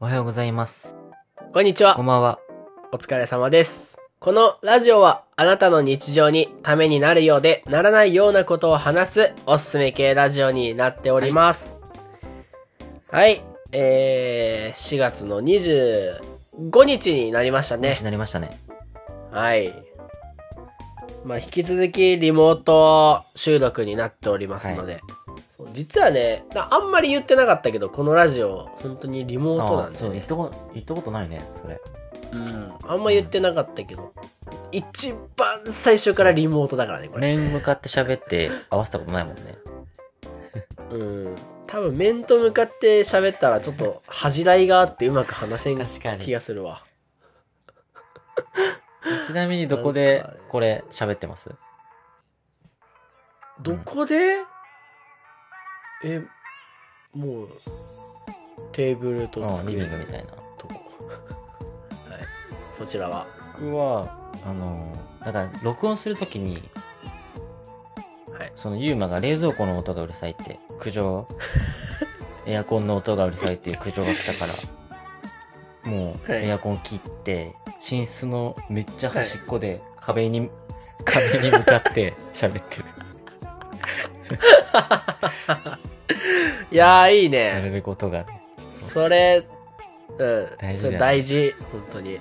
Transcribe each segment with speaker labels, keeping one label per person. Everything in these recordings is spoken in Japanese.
Speaker 1: おはようございます。
Speaker 2: こんにちは
Speaker 1: こん。ばんは。
Speaker 2: お疲れ様です。このラジオはあなたの日常にためになるようでならないようなことを話すおすすめ系ラジオになっております。はい。えー、4月の25日になりましたね
Speaker 1: 話。になりましたね。
Speaker 2: はい。まあ、引き続きリモート収録になっておりますので。そう実はね、なあんまり言ってなかったけど、このラジオ、本当にリモートなん
Speaker 1: あ
Speaker 2: で
Speaker 1: そ
Speaker 2: す
Speaker 1: う、言
Speaker 2: ね
Speaker 1: っ。たこと、言ったことないね、それ。
Speaker 2: うん、あんま言ってなかったけど、一番最初からリモートだからね、これ。
Speaker 1: 面向かって喋って合わせたことないもんね。
Speaker 2: うん。多分面と向かって喋ったらちょっと恥じらいがあってうまく話せん
Speaker 1: 確かに
Speaker 2: 気がするわ。
Speaker 1: ちなみにどこでこれ喋ってます
Speaker 2: どこで、え、もう、テーブルと
Speaker 1: うんリ
Speaker 2: 机
Speaker 1: ビ
Speaker 2: の
Speaker 1: ングみたいな。
Speaker 2: とこ。はい。そちらは。
Speaker 1: 僕は、あの、だから録音するときに、
Speaker 2: はい。
Speaker 1: そのユーマが冷蔵庫の音がうるさいって苦 情エアコンの音がうるさいっていう苦情が来たからもう
Speaker 2: はい
Speaker 1: エアコン切って寝室のめっちゃ端っこで壁に、壁に向かって 喋ってる
Speaker 2: いやー、い
Speaker 1: な
Speaker 2: いね。
Speaker 1: るべく音がね
Speaker 2: それ、うん。
Speaker 1: 大事だよね
Speaker 2: それ大事。本当に。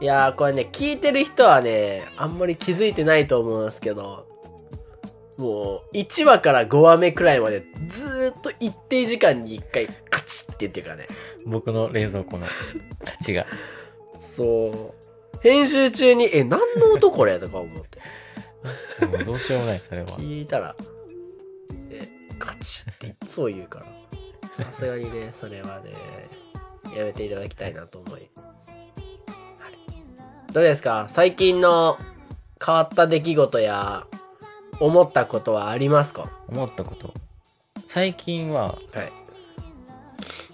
Speaker 2: いやー、これね、聞いてる人はね、あんまり気づいてないと思うんですけど、もう、1話から5話目くらいまで、ずーっと一定時間に1回、カチッって言ってるからね。
Speaker 1: 僕の冷蔵庫の価値が
Speaker 2: そう。編集中に、え、何の音これとか思って。
Speaker 1: もうどうしようもないそれは
Speaker 2: 聞いたら、え、カチッっていつも言うから。さすがにね、それはね、やめていただきたいなと思い。はい、どうですか最近の変わった出来事や、思ったことはありますか
Speaker 1: 思ったこと最近は
Speaker 2: はい。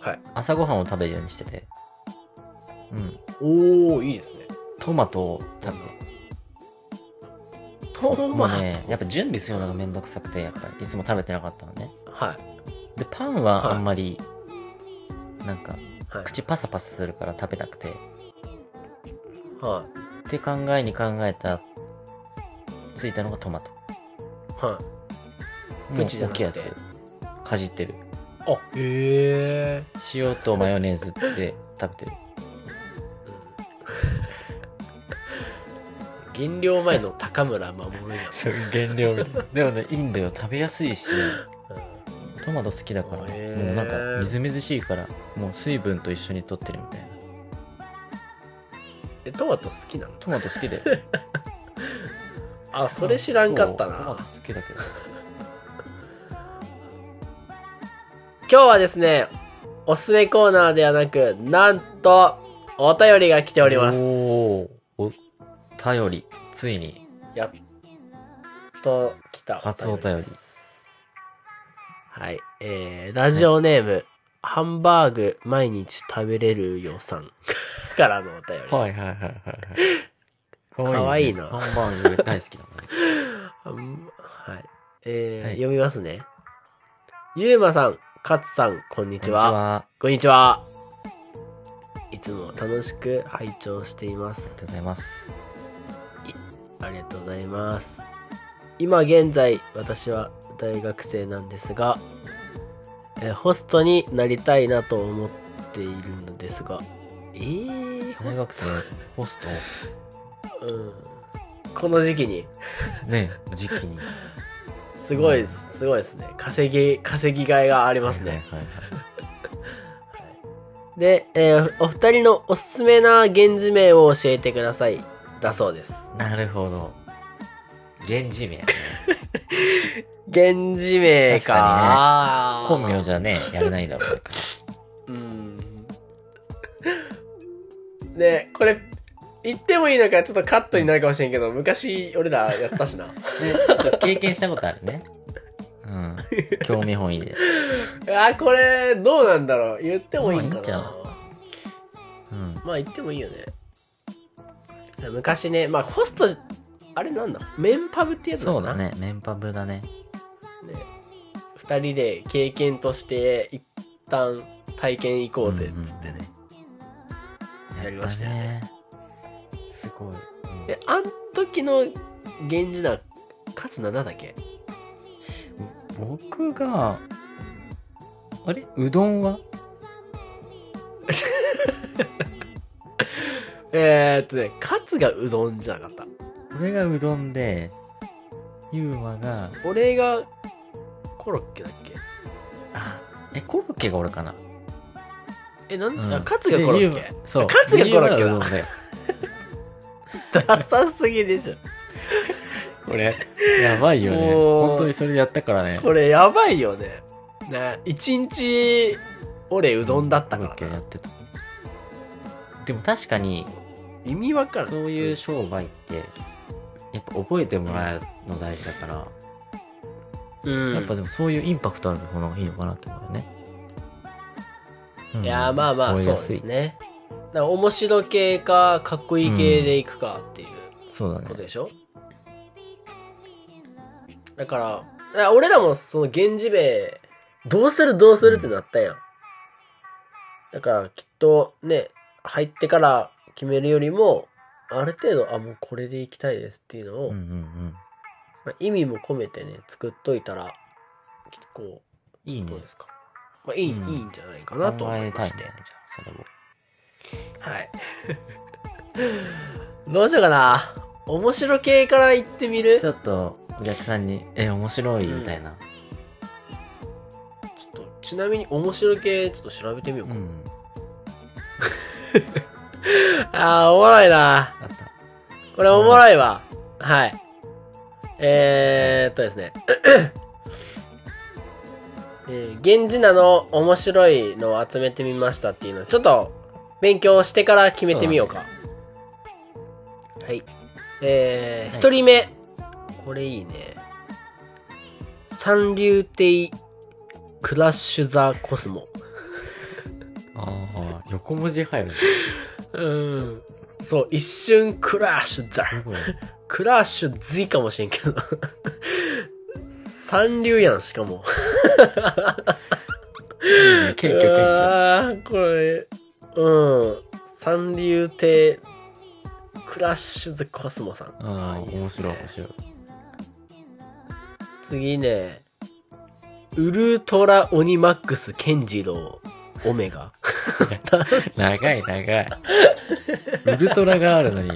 Speaker 2: はい。
Speaker 1: 朝ごはんを食べるようにしててうん
Speaker 2: おー、いいですね。
Speaker 1: トマトを食べて
Speaker 2: ト
Speaker 1: もう
Speaker 2: マト。
Speaker 1: ね、やっぱ準備するのがめんどくさくて、やっぱりいつも食べてなかったのね。
Speaker 2: はい。
Speaker 1: で、パンは
Speaker 2: はい
Speaker 1: あんまり、なんか、
Speaker 2: はい。
Speaker 1: 口パサパサするから食べなくて。っ
Speaker 2: は
Speaker 1: て考えに考えた、ついたのがトマト。
Speaker 2: い。はい。
Speaker 1: もう
Speaker 2: 口じゃ
Speaker 1: 大
Speaker 2: なく
Speaker 1: き
Speaker 2: て
Speaker 1: いやつ。かじってる。
Speaker 2: あ、へえ。
Speaker 1: 塩とマヨネーズで食べてる。
Speaker 2: 減量前の高村守 なん
Speaker 1: そう、原料みたいな。でもね、いいんだよ。食べやすいし、
Speaker 2: う
Speaker 1: トマト好きだから、も
Speaker 2: へー
Speaker 1: うなんか、みずみずしいから、もう水分と一緒に取ってるみたいな。
Speaker 2: んえトマト好きなの
Speaker 1: トマト好きだよ。
Speaker 2: あそれ知らんかった
Speaker 1: そうトマ
Speaker 2: な
Speaker 1: ト好きだけど。
Speaker 2: 今日はですねおすすめコーナーではなくなんとお便りが来ております
Speaker 1: おーお頼り、ついに。
Speaker 2: やっと来た
Speaker 1: 初お便り
Speaker 2: ですはいえー、ラジオネーム、ハンバーグ毎日食べれるよさん からのお便りです
Speaker 1: はいはいはいはいはい。か
Speaker 2: わいいな
Speaker 1: ハンバーグ大好きだもんね。
Speaker 2: うんはい。えー
Speaker 1: はい
Speaker 2: 読みますね。ゆうまさん、かつさん、こんにちは。
Speaker 1: あ
Speaker 2: こんにちは。いつも楽しく拝聴していま
Speaker 1: りが
Speaker 2: す。
Speaker 1: とうございます。
Speaker 2: ありがとうございます。今現在、私は大学生なんですが、えーホストになりたいなと思っているのですが、えー、ホ
Speaker 1: 大
Speaker 2: ス
Speaker 1: 学生、ホス
Speaker 2: ト、うん、この時期に、
Speaker 1: ト、ね、時期に。
Speaker 2: すごいです、すごいですね。稼ぎ、稼ぎがいがありますね。
Speaker 1: はいはいはい。
Speaker 2: で、えーお二人のおすすめな源氏名を教えてください。だそうです。
Speaker 1: なるほど。源氏名。
Speaker 2: 源氏名か。
Speaker 1: 確
Speaker 2: か
Speaker 1: 本名じゃね、やれないだろうから。
Speaker 2: うん。ねこれ、言ってもいいのかちょっとカットになるかもしれんけど、昔俺らやったしな。
Speaker 1: でちょっと経験したことあるね。うん。興味本位で。
Speaker 2: あ、これ、どうなんだろう。言ってもいいん
Speaker 1: まあいい
Speaker 2: か
Speaker 1: んちゃう。
Speaker 2: な
Speaker 1: うん。
Speaker 2: まあ言ってもいいよね。昔ね、まあホスト、あれなんだメンパブってやつだ
Speaker 1: そ
Speaker 2: な
Speaker 1: うだね。メンパブだね。
Speaker 2: ね、2人で経験として一旦体験行こうぜ、つってね。や
Speaker 1: やり
Speaker 2: りま
Speaker 1: ま
Speaker 2: し
Speaker 1: したた
Speaker 2: よ
Speaker 1: ね。すごい。うん
Speaker 2: え、あん時の源氏名、勝名なんだっけ
Speaker 1: 僕が、あれうどんは
Speaker 2: えーっとね、勝がうどんじゃなかった。
Speaker 1: 俺がうどんで、ゆうまが、
Speaker 2: 俺がコロッケだっけ
Speaker 1: あ、え、コロッケが俺かな。
Speaker 2: え、なん、
Speaker 1: うん
Speaker 2: あ勝がコロッ
Speaker 1: で
Speaker 2: ケ
Speaker 1: ゆうそう。
Speaker 2: カツがコロッケだ
Speaker 1: ゆうまうどんよ
Speaker 2: ダサすぎでしょ。
Speaker 1: これ、やばいよね。
Speaker 2: おー
Speaker 1: 本当にそれやったからね。
Speaker 2: これやばいよね。な、一日、俺うどんだった
Speaker 1: コロッ
Speaker 2: か
Speaker 1: ケ
Speaker 2: ら
Speaker 1: や
Speaker 2: な。
Speaker 1: ってた。でも確かに、
Speaker 2: 意味わからん。
Speaker 1: そういう商売って、やっぱ覚えてもらうの大事だから、
Speaker 2: うん。
Speaker 1: やっぱでもそういうインパクトあるものがいいのかなって思うよね。うん
Speaker 2: いやーまあまあ
Speaker 1: 覚
Speaker 2: そ
Speaker 1: え
Speaker 2: う
Speaker 1: や
Speaker 2: です
Speaker 1: い
Speaker 2: すね。だから面白系かかっこいい系でいくかっていう
Speaker 1: そうだ
Speaker 2: こと
Speaker 1: ね。
Speaker 2: でしょ、だから、だから俺らもその源氏名、どうするどうするってなったやん。だからきっとね、入ってから決めるよりも、ある程度、あ、もうこれでいきたいですっていうのを、
Speaker 1: うんうんうん。
Speaker 2: まあ、意味も込めてね、作っといたら、結構、
Speaker 1: いいね
Speaker 2: どう。ですか。まあいい、
Speaker 1: うん
Speaker 2: いいんじゃないか
Speaker 1: 考
Speaker 2: なと思い
Speaker 1: え
Speaker 2: ま
Speaker 1: たいね。
Speaker 2: し
Speaker 1: じ
Speaker 2: て
Speaker 1: ゃ。あ、それも。
Speaker 2: はい。 どうしようかな。面白系から行ってみる
Speaker 1: ち
Speaker 2: ちょ
Speaker 1: ょっと、お客さんに、え、面白いみたいな。
Speaker 2: っと、ちなみに面白系ちょっと調べてみよう
Speaker 1: う
Speaker 2: か。
Speaker 1: ん。
Speaker 2: あー、おもろいな。
Speaker 1: あった。
Speaker 2: これおもろいわ。はい。えーっとですね。えー、源氏名の面白いのを集めてみましたっていうのちょっと勉強してから決めてみようか。はい。えー、
Speaker 1: はい
Speaker 2: 一人目。これいいね。三流亭クラッシュザコスモ。
Speaker 1: ああ、横文字入る。
Speaker 2: うん。そう、一瞬クラッシュザ。
Speaker 1: す ごい。
Speaker 2: クラッシュズイかもしれんけど。 三流やん、しかも。
Speaker 1: 結局言っ
Speaker 2: ああ、これ、うん。三流亭、クラッシュズコスモさん。
Speaker 1: た。ああ、
Speaker 2: ー
Speaker 1: 面
Speaker 2: っす
Speaker 1: 白
Speaker 2: ね
Speaker 1: い、面白い。
Speaker 2: 次ね、ウルトラオニマックスケンジロウ、オ メガ。
Speaker 1: 長い、長い。ウルトラがあるの に、オ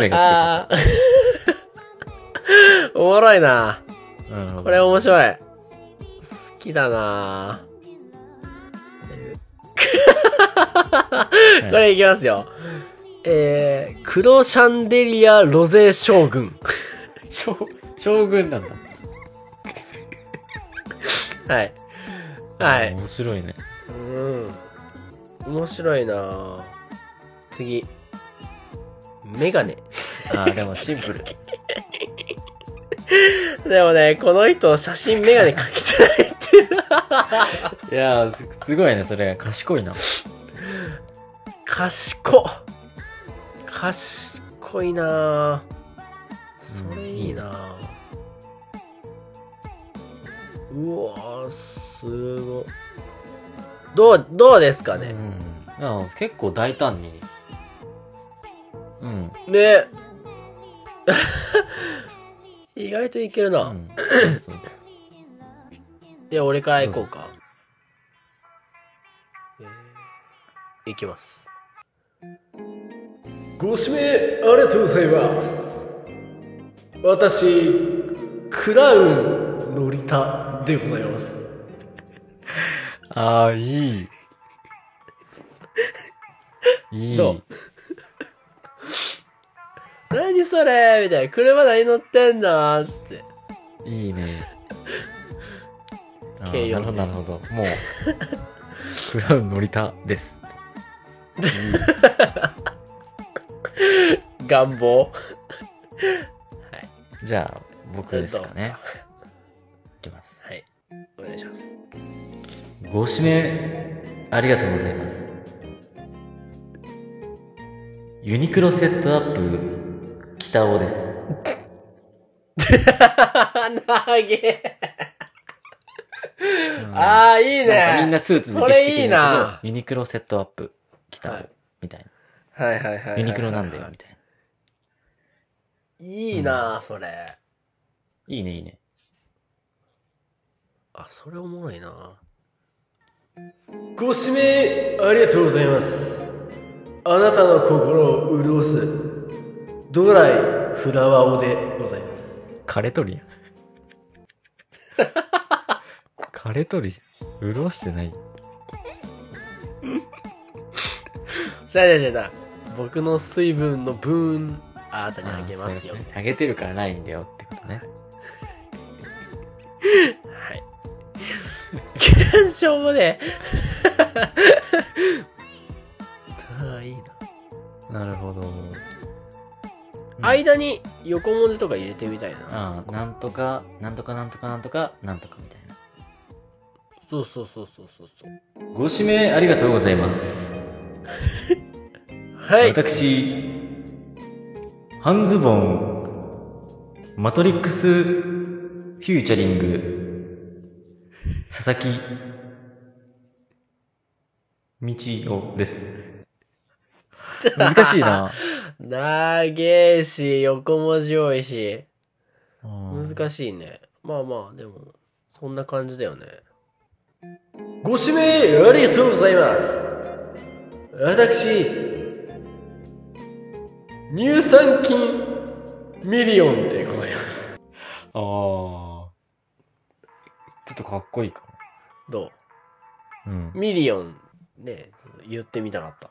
Speaker 1: メが
Speaker 2: ああ ー、おもろいな。
Speaker 1: つけてる。
Speaker 2: これ面
Speaker 1: 面白い
Speaker 2: 白い。好きだな。 これいきますよ。えー、黒シャンデリアロゼ将軍。
Speaker 1: 将将軍なんだ。
Speaker 2: はい。はい。
Speaker 1: 面白いね。
Speaker 2: うん。面白いなぁ次。メガネ。
Speaker 1: ああ、でもシンプル。
Speaker 2: でもね、この人、写真メガネかけてないっていう。
Speaker 1: いやー、すすごいね、それ。賢いな。
Speaker 2: 賢っ賢いなぁそれいいなぁうわぁ、すごい。どう、どうですか
Speaker 1: う
Speaker 2: ね、
Speaker 1: ん。あー結構大胆に。うん。
Speaker 2: ね 意外といけるな。
Speaker 1: うんそう
Speaker 2: いや、俺から行こうか。えー、いきます。ご指名ありがとうございます。私、クラウン、ノリタでございます。
Speaker 1: ああ、いい。いい。
Speaker 2: ど何それみたいな。車何乗ってんだつって。
Speaker 1: いいね。あー
Speaker 2: 軽
Speaker 1: なる
Speaker 2: 四です
Speaker 1: ほど、なるほど。もう、クラウン乗りたです。
Speaker 2: 願望。
Speaker 1: じゃあ、僕ですかね。いきます。
Speaker 2: はい。お願いします。
Speaker 1: ご指名、ありがとうございます。ユニクロセットアップ、北尾です。
Speaker 2: 投げ
Speaker 1: うん
Speaker 2: ああ、いい
Speaker 1: なん
Speaker 2: ね。
Speaker 1: かみんなスーツ好きしてきて
Speaker 2: それいい
Speaker 1: るんだ
Speaker 2: な
Speaker 1: けど、ユニクロセットアップ着た
Speaker 2: はい
Speaker 1: みたいな。
Speaker 2: はいはいはいはいはい。
Speaker 1: ユニクロなんだよ、みたいな。
Speaker 2: いいなあ、それ。
Speaker 1: いいね、いいね。
Speaker 2: あ、それおもろいなご指名ありがとうございます。あなたの心を潤す、ドライフラワーおでございます。
Speaker 1: 枯れとるやん。枯れとるじゃん。潤してない。
Speaker 2: じゃあじゃあじゃあじゃあ僕の水分の分、あなたにあげますよ。
Speaker 1: あーそういうことねあげてるからないんだよってことね。
Speaker 2: はい。検証もね。 ああ、いいな。
Speaker 1: なるほど。うん
Speaker 2: 間に横文字とか入れてみたいな。
Speaker 1: ああ、なんとか、なんとかなんとかなんとか、なんとかみたいな。
Speaker 2: そうそうそうそうそうそう。
Speaker 1: ご指名ありがとうございます。
Speaker 2: はい。
Speaker 1: 私、半ズボン、マトリックス、フューチャリング、佐々木、道夫 です。難しいな。
Speaker 2: 長いし、横文字多いし、
Speaker 1: 難
Speaker 2: 難しいね。まあまあ、でも、そんな感じだよね。ご指名ありがとうございます。私、乳酸菌ミリオンでございます。
Speaker 1: ああ。ちょっとかっこいいか
Speaker 2: ど
Speaker 1: も。うん
Speaker 2: う。ミリオン、ね、言ってみたかった。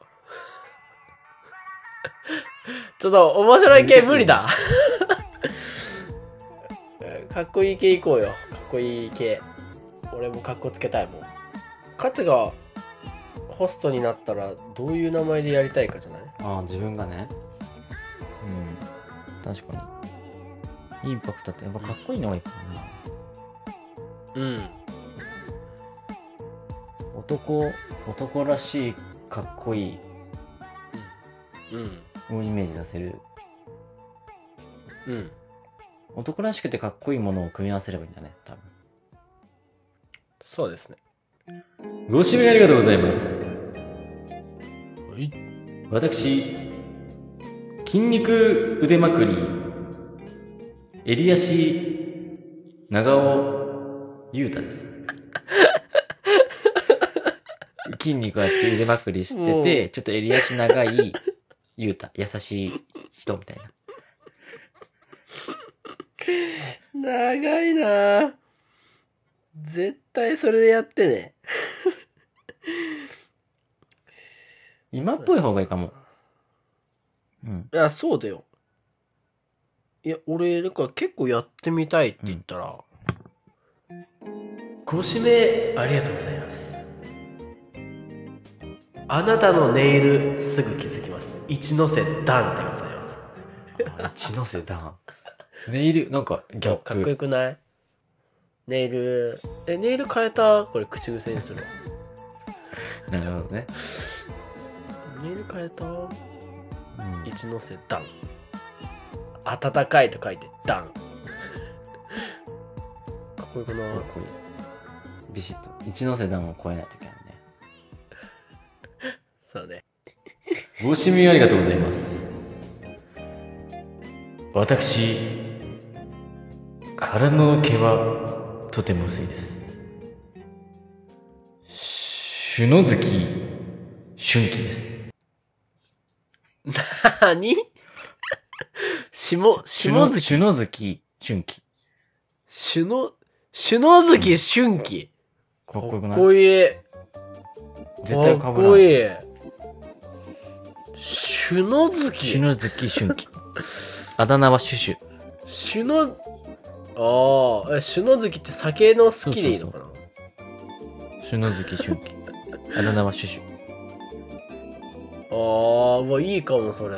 Speaker 2: ちょっと面白い系無理 だ。かっこいい系いこうよ。かっこいい系。俺もかっこつけたいもん。カツがホストになったらどういう名前でやりたいかじゃない
Speaker 1: ああ、自分がね。うん。確かに。インパクトってやっぱかっこいいのがいいかもな。
Speaker 2: うん。
Speaker 1: 男、男らしい、かっこいい、
Speaker 2: うん。
Speaker 1: をイメージさせる。
Speaker 2: うん。
Speaker 1: 男らしくてかっこいいものを組み合わせればいいんだね、多分。
Speaker 2: そうですね。
Speaker 1: ご指名ありがとうございます。
Speaker 2: はい。
Speaker 1: 私、筋肉腕まくり、襟足、長尾、ゆうた です。筋肉あって腕まくりして
Speaker 2: も
Speaker 1: て、ちょっと襟足長い、ゆうた、優しい人みたいな。
Speaker 2: 長いなあ絶対それでやってね。
Speaker 1: 今っぽい方がいいかも。うん。
Speaker 2: いや、そうだよ。いや、俺、なんか結構やってみたいって言ったら、ご指名ありがとうございます。あなたのネイルすぐ気づきます。一ノ瀬ダンでございます。
Speaker 1: 一ノ瀬ダン。ネイル、なんか、ギャップ。
Speaker 2: かっこよくないネイル、え、ネイル変えたこれ口癖にするわ。
Speaker 1: なるほどね。
Speaker 2: ネイル変えた
Speaker 1: うん
Speaker 2: 一ノ瀬ダン。暖かいと書いてダン。 かっこよくない
Speaker 1: かっこいい。ビシッと。一ノ瀬ダンを超えないといけないね。
Speaker 2: そうね。
Speaker 1: ご指名ありがとうございます。私、体の毛はとても薄いです。しゅのずき、しゅんきです。
Speaker 2: 何下、下月、
Speaker 1: しゅのずき、しゅんき。
Speaker 2: 首脳、首脳月春季。
Speaker 1: かっこよく
Speaker 2: か
Speaker 1: な
Speaker 2: っ
Speaker 1: い
Speaker 2: こいい。
Speaker 1: 絶対被
Speaker 2: からっ
Speaker 1: ん。
Speaker 2: こいい。首脳
Speaker 1: しゅ
Speaker 2: 月
Speaker 1: のずき、しゅんき。あだ名はシュシュ。
Speaker 2: 首脳、ああ、え首脳月って酒の好きでいいのかな
Speaker 1: しゅのずき、しゅんき。あだ名はシュシュ。
Speaker 2: ああ、うわ、いいかも、それ。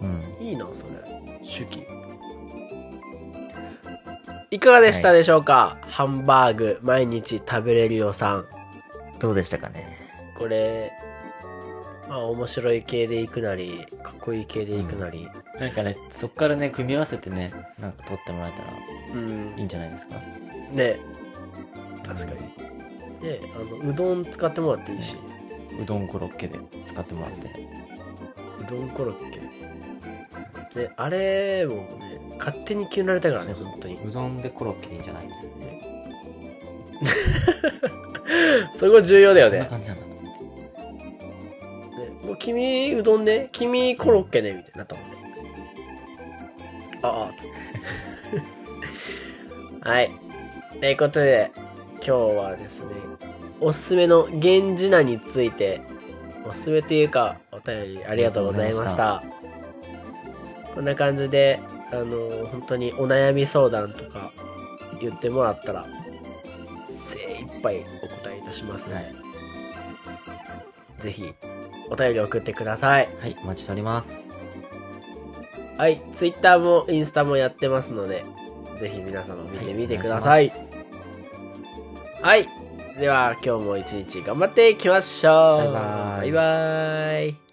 Speaker 1: うん。
Speaker 2: いいな、それ。手記。いかがでしたでしょうか、ハンバーグ、毎日食べれるよさん。
Speaker 1: どうでしたかね
Speaker 2: これまあ面白い系でいくなりかっこいい系でいくなり
Speaker 1: なんかね、そっからね、組み合わせてね、なんか撮ってもらえたら
Speaker 2: うん、
Speaker 1: いいんじゃないですか。
Speaker 2: ね確かに。で、あの、うどん使ってもらっていいし、
Speaker 1: うどんコロッケで使ってもらって
Speaker 2: うどんコロッケ。で、あれもね、勝手に決められたからね、
Speaker 1: そうそう
Speaker 2: 本当に。
Speaker 1: うどんでコロッケでいいんじゃないみたいな
Speaker 2: そこ重要だよ
Speaker 1: そんな
Speaker 2: ね。
Speaker 1: 感じなんだと思って
Speaker 2: ねもう君うどんね、君コロッケね、みたいになったもんね。ああ、つって。 はい。ということで、今日はですね、おすすめの源氏名について、おすすめというか、お便りありがとうございました。こんな感じで、あの、本当にお悩み相談とか言ってもらったら、精一杯お答えいたしますね。
Speaker 1: はい
Speaker 2: ぜひ、お便り送ってください。
Speaker 1: はいお待ちしております
Speaker 2: はい、ツイッターもインスタもやってますので、ぜひ皆様見てみてくださ
Speaker 1: はいお。願します
Speaker 2: はい、では今日も一日頑張っていきましょう。
Speaker 1: バイバーイ
Speaker 2: バイバーイ